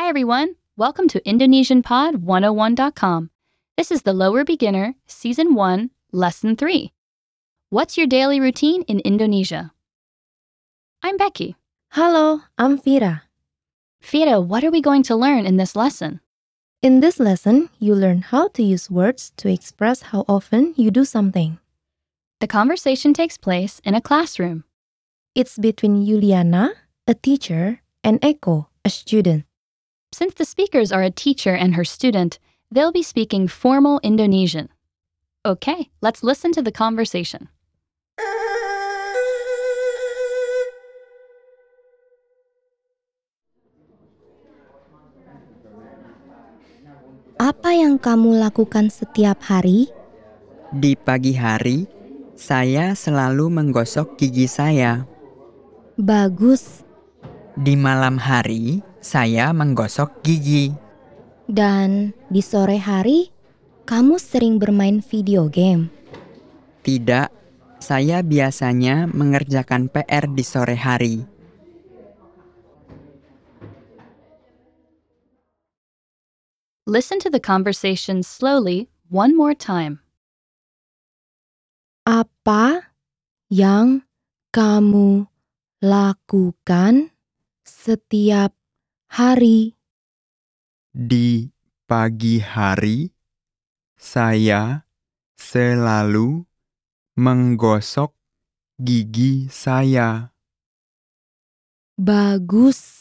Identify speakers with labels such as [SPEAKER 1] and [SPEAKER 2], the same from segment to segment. [SPEAKER 1] everyone. Welcome to IndonesianPod101.com. This is the Lower Beginner, Season 1, Lesson 3. What's your daily routine in Indonesia? I'm Becky.
[SPEAKER 2] Hello, I'm Fira.
[SPEAKER 1] Fira, what are we going to learn in this lesson?
[SPEAKER 2] In this lesson, you learn how to use words to express how often you do something.
[SPEAKER 1] The conversation takes place in a classroom.
[SPEAKER 2] It's between Juliana, a teacher, and Echo, a student.
[SPEAKER 1] Since the speakers are a teacher and her student, they'll be speaking formal Indonesian. Okay, let's listen to the conversation.
[SPEAKER 3] Apa yang kamu lakukan setiap hari?
[SPEAKER 4] Di pagi hari, saya selalu menggosok gigi saya.
[SPEAKER 3] Bagus.
[SPEAKER 4] Di malam hari, saya menggosok gigi.
[SPEAKER 3] Dan di sore hari, kamu sering bermain video game.
[SPEAKER 4] Tidak, saya biasanya mengerjakan PR di sore hari.
[SPEAKER 1] Listen to the conversation slowly one more time.
[SPEAKER 2] Apa yang kamu lakukan setiap hari?
[SPEAKER 5] Di pagi hari, saya selalu menggosok gigi saya.
[SPEAKER 2] Bagus.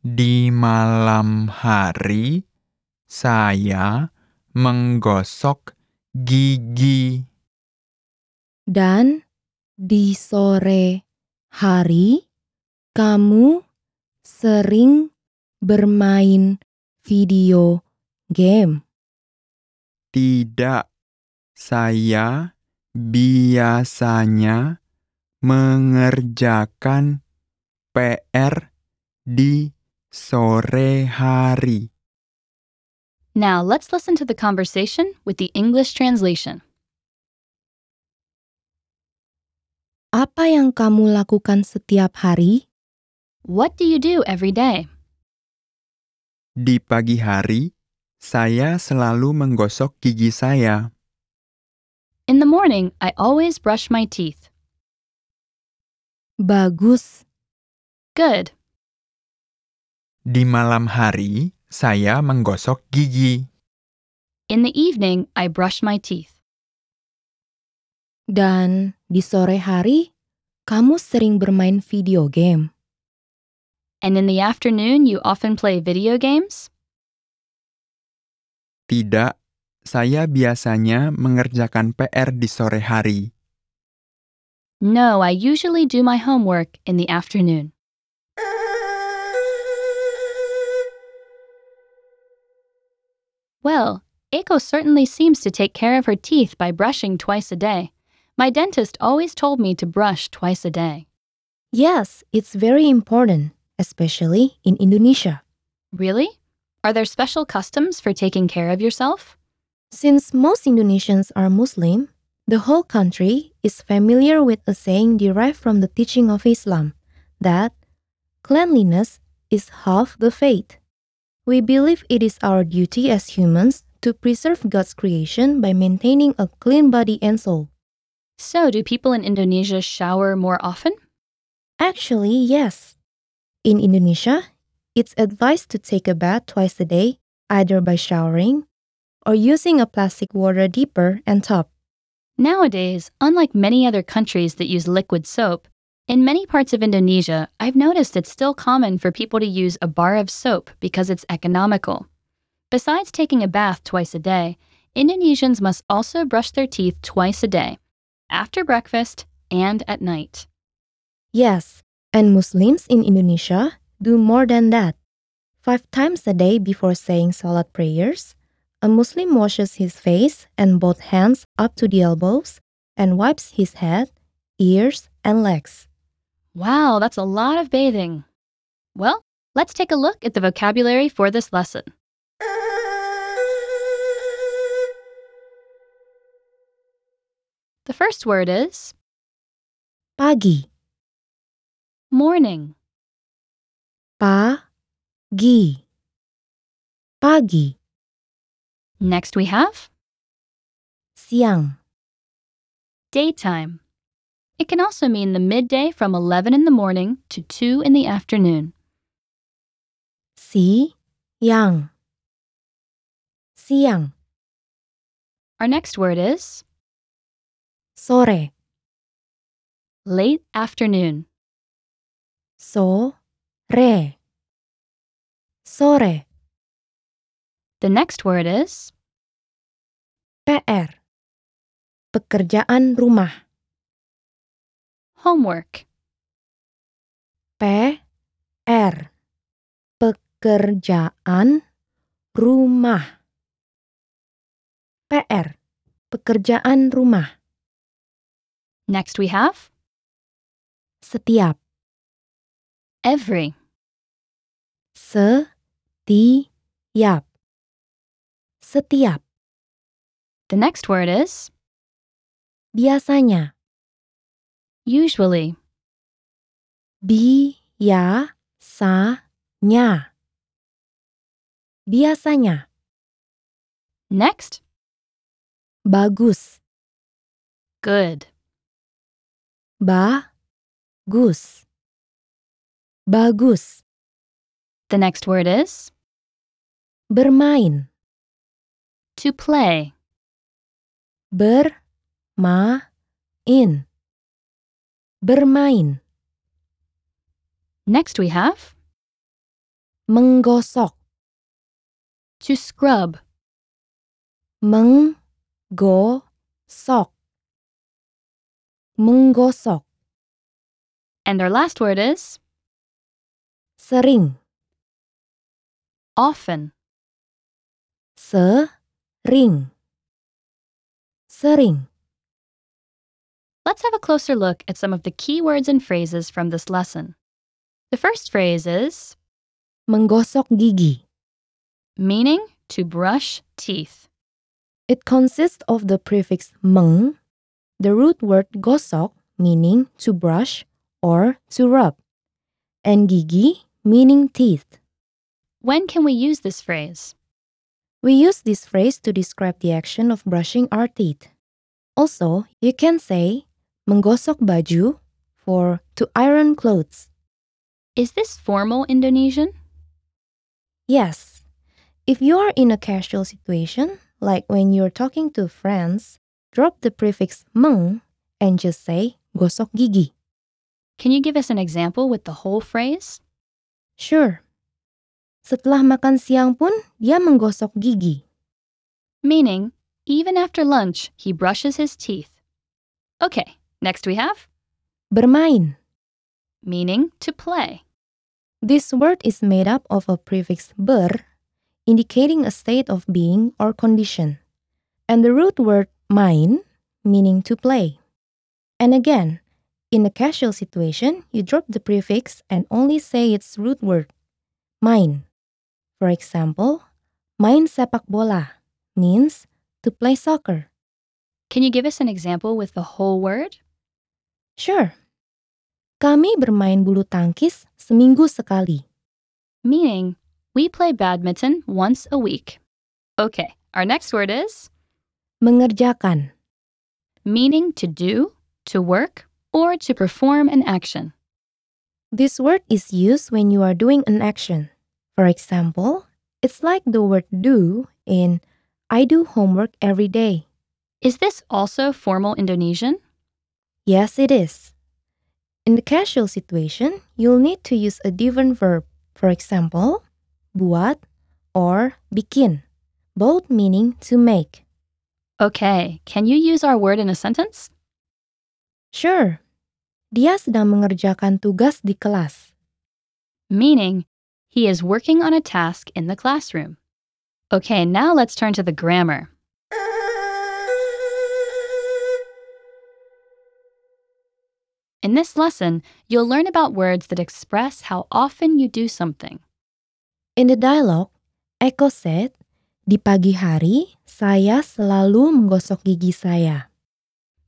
[SPEAKER 5] Di malam hari, saya menggosok gigi.
[SPEAKER 2] Dan di sore hari, kamu sering bermain video game.
[SPEAKER 5] Tidak, saya biasanya mengerjakan PR di sore hari.
[SPEAKER 1] Now let's listen to the conversation with the English translation.
[SPEAKER 2] Apa yang kamu lakukan setiap hari?
[SPEAKER 1] What do you do every day?
[SPEAKER 5] Di pagi hari, saya selalu menggosok gigi saya.
[SPEAKER 1] In the morning, I always brush my teeth.
[SPEAKER 2] Bagus.
[SPEAKER 1] Good.
[SPEAKER 5] Di malam hari, saya menggosok gigi.
[SPEAKER 1] In the evening, I brush my teeth.
[SPEAKER 2] Dan di sore hari, kamu sering bermain video game.
[SPEAKER 1] And in the afternoon, you often play video games?
[SPEAKER 5] Tidak, saya biasanya mengerjakan PR di sore hari.
[SPEAKER 1] No, I usually do my homework in the afternoon. Well, Eiko certainly seems to take care of her teeth by brushing twice a day. My dentist always told me to brush twice a day.
[SPEAKER 2] Yes, it's very important, especially in Indonesia.
[SPEAKER 1] Really? Are there special customs for taking care of yourself?
[SPEAKER 2] Since most Indonesians are Muslim, the whole country is familiar with a saying derived from the teaching of Islam that cleanliness is half the faith. We believe it is our duty as humans to preserve God's creation by maintaining a clean body and soul.
[SPEAKER 1] So, do people in Indonesia shower more often?
[SPEAKER 2] Actually, yes. In Indonesia, it's advised to take a bath twice a day, either by showering or using a plastic water dipper and tub.
[SPEAKER 1] Nowadays, unlike many other countries that use liquid soap, in many parts of Indonesia, I've noticed it's still common for people to use a bar of soap because it's economical. Besides taking a bath twice a day, Indonesians must also brush their teeth twice a day, after breakfast and at night.
[SPEAKER 2] Yes, and Muslims in Indonesia do more than that. Five times a day before saying Salat prayers, a Muslim washes his face and both hands up to the elbows and wipes his head, ears, and legs.
[SPEAKER 1] Wow, that's a lot of bathing. Well, let's take a look at the vocabulary for this lesson. The first word is
[SPEAKER 2] Pagi,
[SPEAKER 1] morning,
[SPEAKER 2] pa, Gi. Pagi,
[SPEAKER 1] Next we have
[SPEAKER 2] siang,
[SPEAKER 1] daytime. It can also mean the midday from 11 in the morning to 2 in the afternoon.
[SPEAKER 2] si, yang. Siang,
[SPEAKER 1] Our next word is
[SPEAKER 2] sore,
[SPEAKER 1] late afternoon.
[SPEAKER 2] so, re. Sore,
[SPEAKER 1] The next word is
[SPEAKER 2] PR. Pekerjaan rumah,
[SPEAKER 1] homework.
[SPEAKER 2] PR. Pekerjaan rumah. PR. Pekerjaan rumah.
[SPEAKER 1] Next we have
[SPEAKER 2] Setiap.
[SPEAKER 1] every.
[SPEAKER 2] Setiap. Setiap.
[SPEAKER 1] The next word is
[SPEAKER 2] Biasanya.
[SPEAKER 1] usually.
[SPEAKER 2] Biasanya. Biasanya.
[SPEAKER 1] Next,
[SPEAKER 2] Bagus.
[SPEAKER 1] good.
[SPEAKER 2] Bagus. Bagus.
[SPEAKER 1] The next word is
[SPEAKER 2] Bermain.
[SPEAKER 1] to play.
[SPEAKER 2] Bermain. Bermain.
[SPEAKER 1] Next we have
[SPEAKER 2] Menggosok.
[SPEAKER 1] to scrub.
[SPEAKER 2] Menggosok. Menggosok.
[SPEAKER 1] And our last word is
[SPEAKER 2] Sering.
[SPEAKER 1] often.
[SPEAKER 2] Sering. Sering.
[SPEAKER 1] Let's have a closer look at some of the key words and phrases from this lesson. The first phrase is
[SPEAKER 2] Menggosok gigi.
[SPEAKER 1] meaning to brush teeth.
[SPEAKER 2] It consists of the prefix meng, the root word gosok, meaning to brush or to rub, and gigi, meaning teeth.
[SPEAKER 1] When can we use this phrase?
[SPEAKER 2] We use this phrase to describe the action of brushing our teeth. Also, you can say menggosok baju for to iron clothes.
[SPEAKER 1] Is this formal Indonesian?
[SPEAKER 2] Yes. If you are in a casual situation, like when you're talking to friends, drop the prefix meng and just say gosok gigi.
[SPEAKER 1] Can you give us an example with the whole phrase?
[SPEAKER 2] Sure. Setelah makan siang pun, dia menggosok gigi.
[SPEAKER 1] Meaning, even after lunch, he brushes his teeth. Okay, next we have
[SPEAKER 2] Bermain.
[SPEAKER 1] meaning to play.
[SPEAKER 2] This word is made up of a prefix ber, indicating a state of being or condition, and the root word main, meaning to play. And again, in a casual situation, you drop the prefix and only say its root word, main. For example, main sepak bola means to play soccer.
[SPEAKER 1] Can you give us an example with the whole word?
[SPEAKER 2] Sure. Kami bermain bulu tangkis seminggu sekali.
[SPEAKER 1] Meaning, we play badminton once a week. Okay, our next word is
[SPEAKER 2] Mengerjakan.
[SPEAKER 1] meaning to do, to work, or to perform an action.
[SPEAKER 2] This word is used when you are doing an action. For example, it's like the word do in I do homework every day.
[SPEAKER 1] Is this also formal Indonesian?
[SPEAKER 2] Yes, it is. In the casual situation, you'll need to use a different verb. For example, buat or bikin, both meaning to make.
[SPEAKER 1] Okay, can you use our word in a sentence?
[SPEAKER 2] Sure. Dia sedang mengerjakan tugas di kelas.
[SPEAKER 1] meaning he is working on a task in the classroom. Okay, now let's turn to the grammar. In this lesson, you'll learn about words that express how often you do something.
[SPEAKER 2] In the dialogue, Eko said, "Di pagi hari, saya selalu menggosok gigi saya."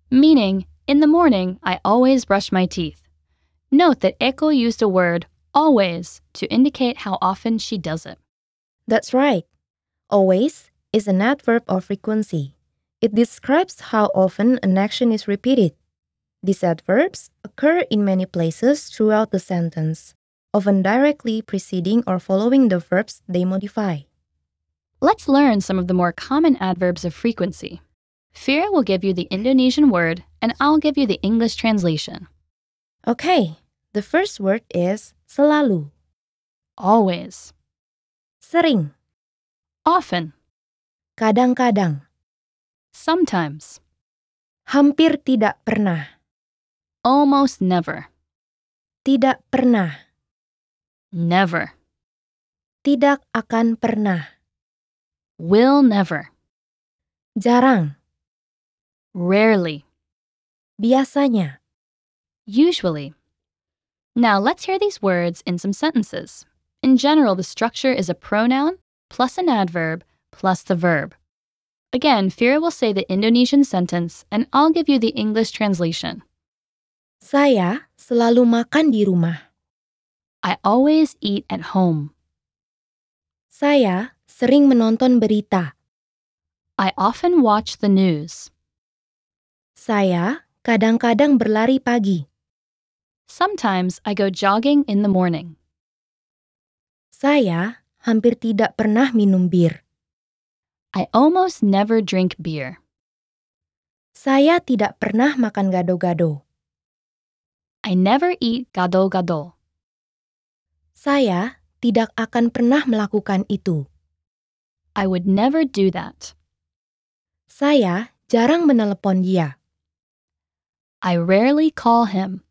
[SPEAKER 1] Meaning, in the morning, I always brush my teeth. Note that Eko used a word always to indicate how often she does it.
[SPEAKER 2] That's right. Always is an adverb of frequency. It describes how often an action is repeated. These adverbs occur in many places throughout the sentence, often directly preceding or following the verbs they modify.
[SPEAKER 1] Let's learn some of the more common adverbs of frequency. Fira will give you the Indonesian word, and I'll give you the English translation.
[SPEAKER 2] Okay, the first word is selalu,
[SPEAKER 1] Always,
[SPEAKER 2] sering,
[SPEAKER 1] often,
[SPEAKER 2] kadang-kadang,
[SPEAKER 1] sometimes,
[SPEAKER 2] hampir tidak pernah,
[SPEAKER 1] almost never,
[SPEAKER 2] tidak pernah,
[SPEAKER 1] never,
[SPEAKER 2] tidak akan pernah,
[SPEAKER 1] will never,
[SPEAKER 2] jarang,
[SPEAKER 1] rarely,
[SPEAKER 2] biasanya.
[SPEAKER 1] usually. Now let's hear these words in some sentences. In general, the structure is a pronoun plus an adverb plus the verb. Again, Fira will say the Indonesian sentence, and I'll give you the English translation.
[SPEAKER 2] Saya selalu makan di rumah.
[SPEAKER 1] I always eat at home.
[SPEAKER 2] Saya sering menonton berita.
[SPEAKER 1] I often watch the news.
[SPEAKER 2] Saya kadang-kadang berlari pagi.
[SPEAKER 1] Sometimes I go jogging in the morning.
[SPEAKER 2] Saya hampir tidak pernah minum bir.
[SPEAKER 1] I almost never drink beer.
[SPEAKER 2] Saya tidak pernah makan gado-gado.
[SPEAKER 1] I never eat gado gado.
[SPEAKER 2] Saya tidak akan pernah melakukan itu.
[SPEAKER 1] I would never do that.
[SPEAKER 2] Saya jarang menelepon dia.
[SPEAKER 1] I rarely call him.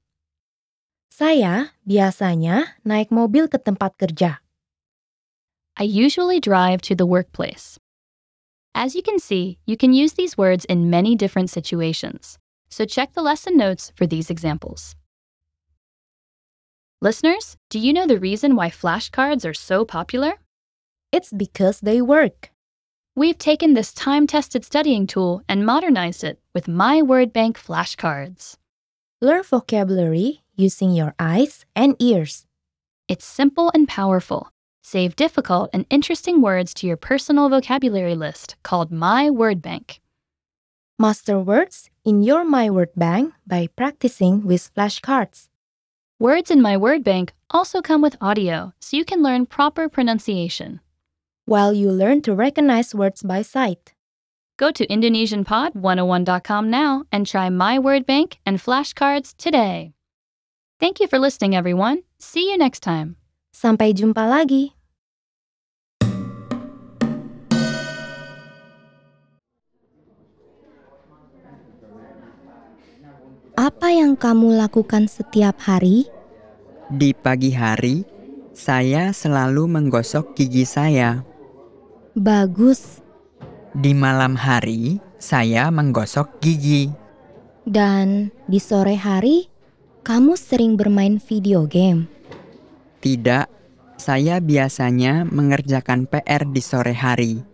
[SPEAKER 2] Saya biasanya naik mobil ke tempat kerja.
[SPEAKER 1] I usually drive to the workplace. As you can see, you can use these words in many different situations. So check the lesson notes for these examples. Listeners, do you know the reason why flashcards are so popular?
[SPEAKER 2] It's because they work.
[SPEAKER 1] We've taken this time tested studying tool and modernized it with My Word Bank flashcards.
[SPEAKER 2] Learn vocabulary using your eyes and ears.
[SPEAKER 1] It's simple and powerful. Save difficult and interesting words to your personal vocabulary list called My Word Bank.
[SPEAKER 2] Master words in your My Word Bank by practicing with flashcards.
[SPEAKER 1] Words in My Word Bank also come with audio, so you can learn proper pronunciation.
[SPEAKER 2] while you learn to recognize words by sight.
[SPEAKER 1] Go to IndonesianPod101.com now and try My Word Bank and flashcards today. Thank you for listening, everyone. See you next time.
[SPEAKER 2] Sampai jumpa lagi.
[SPEAKER 3] Apa yang kamu lakukan setiap hari?
[SPEAKER 4] Di pagi hari, saya selalu menggosok gigi saya.
[SPEAKER 3] Bagus.
[SPEAKER 4] Di malam hari, saya menggosok gigi.
[SPEAKER 3] Dan di sore hari, kamu sering bermain video game.
[SPEAKER 4] Tidak, saya biasanya mengerjakan PR di sore hari.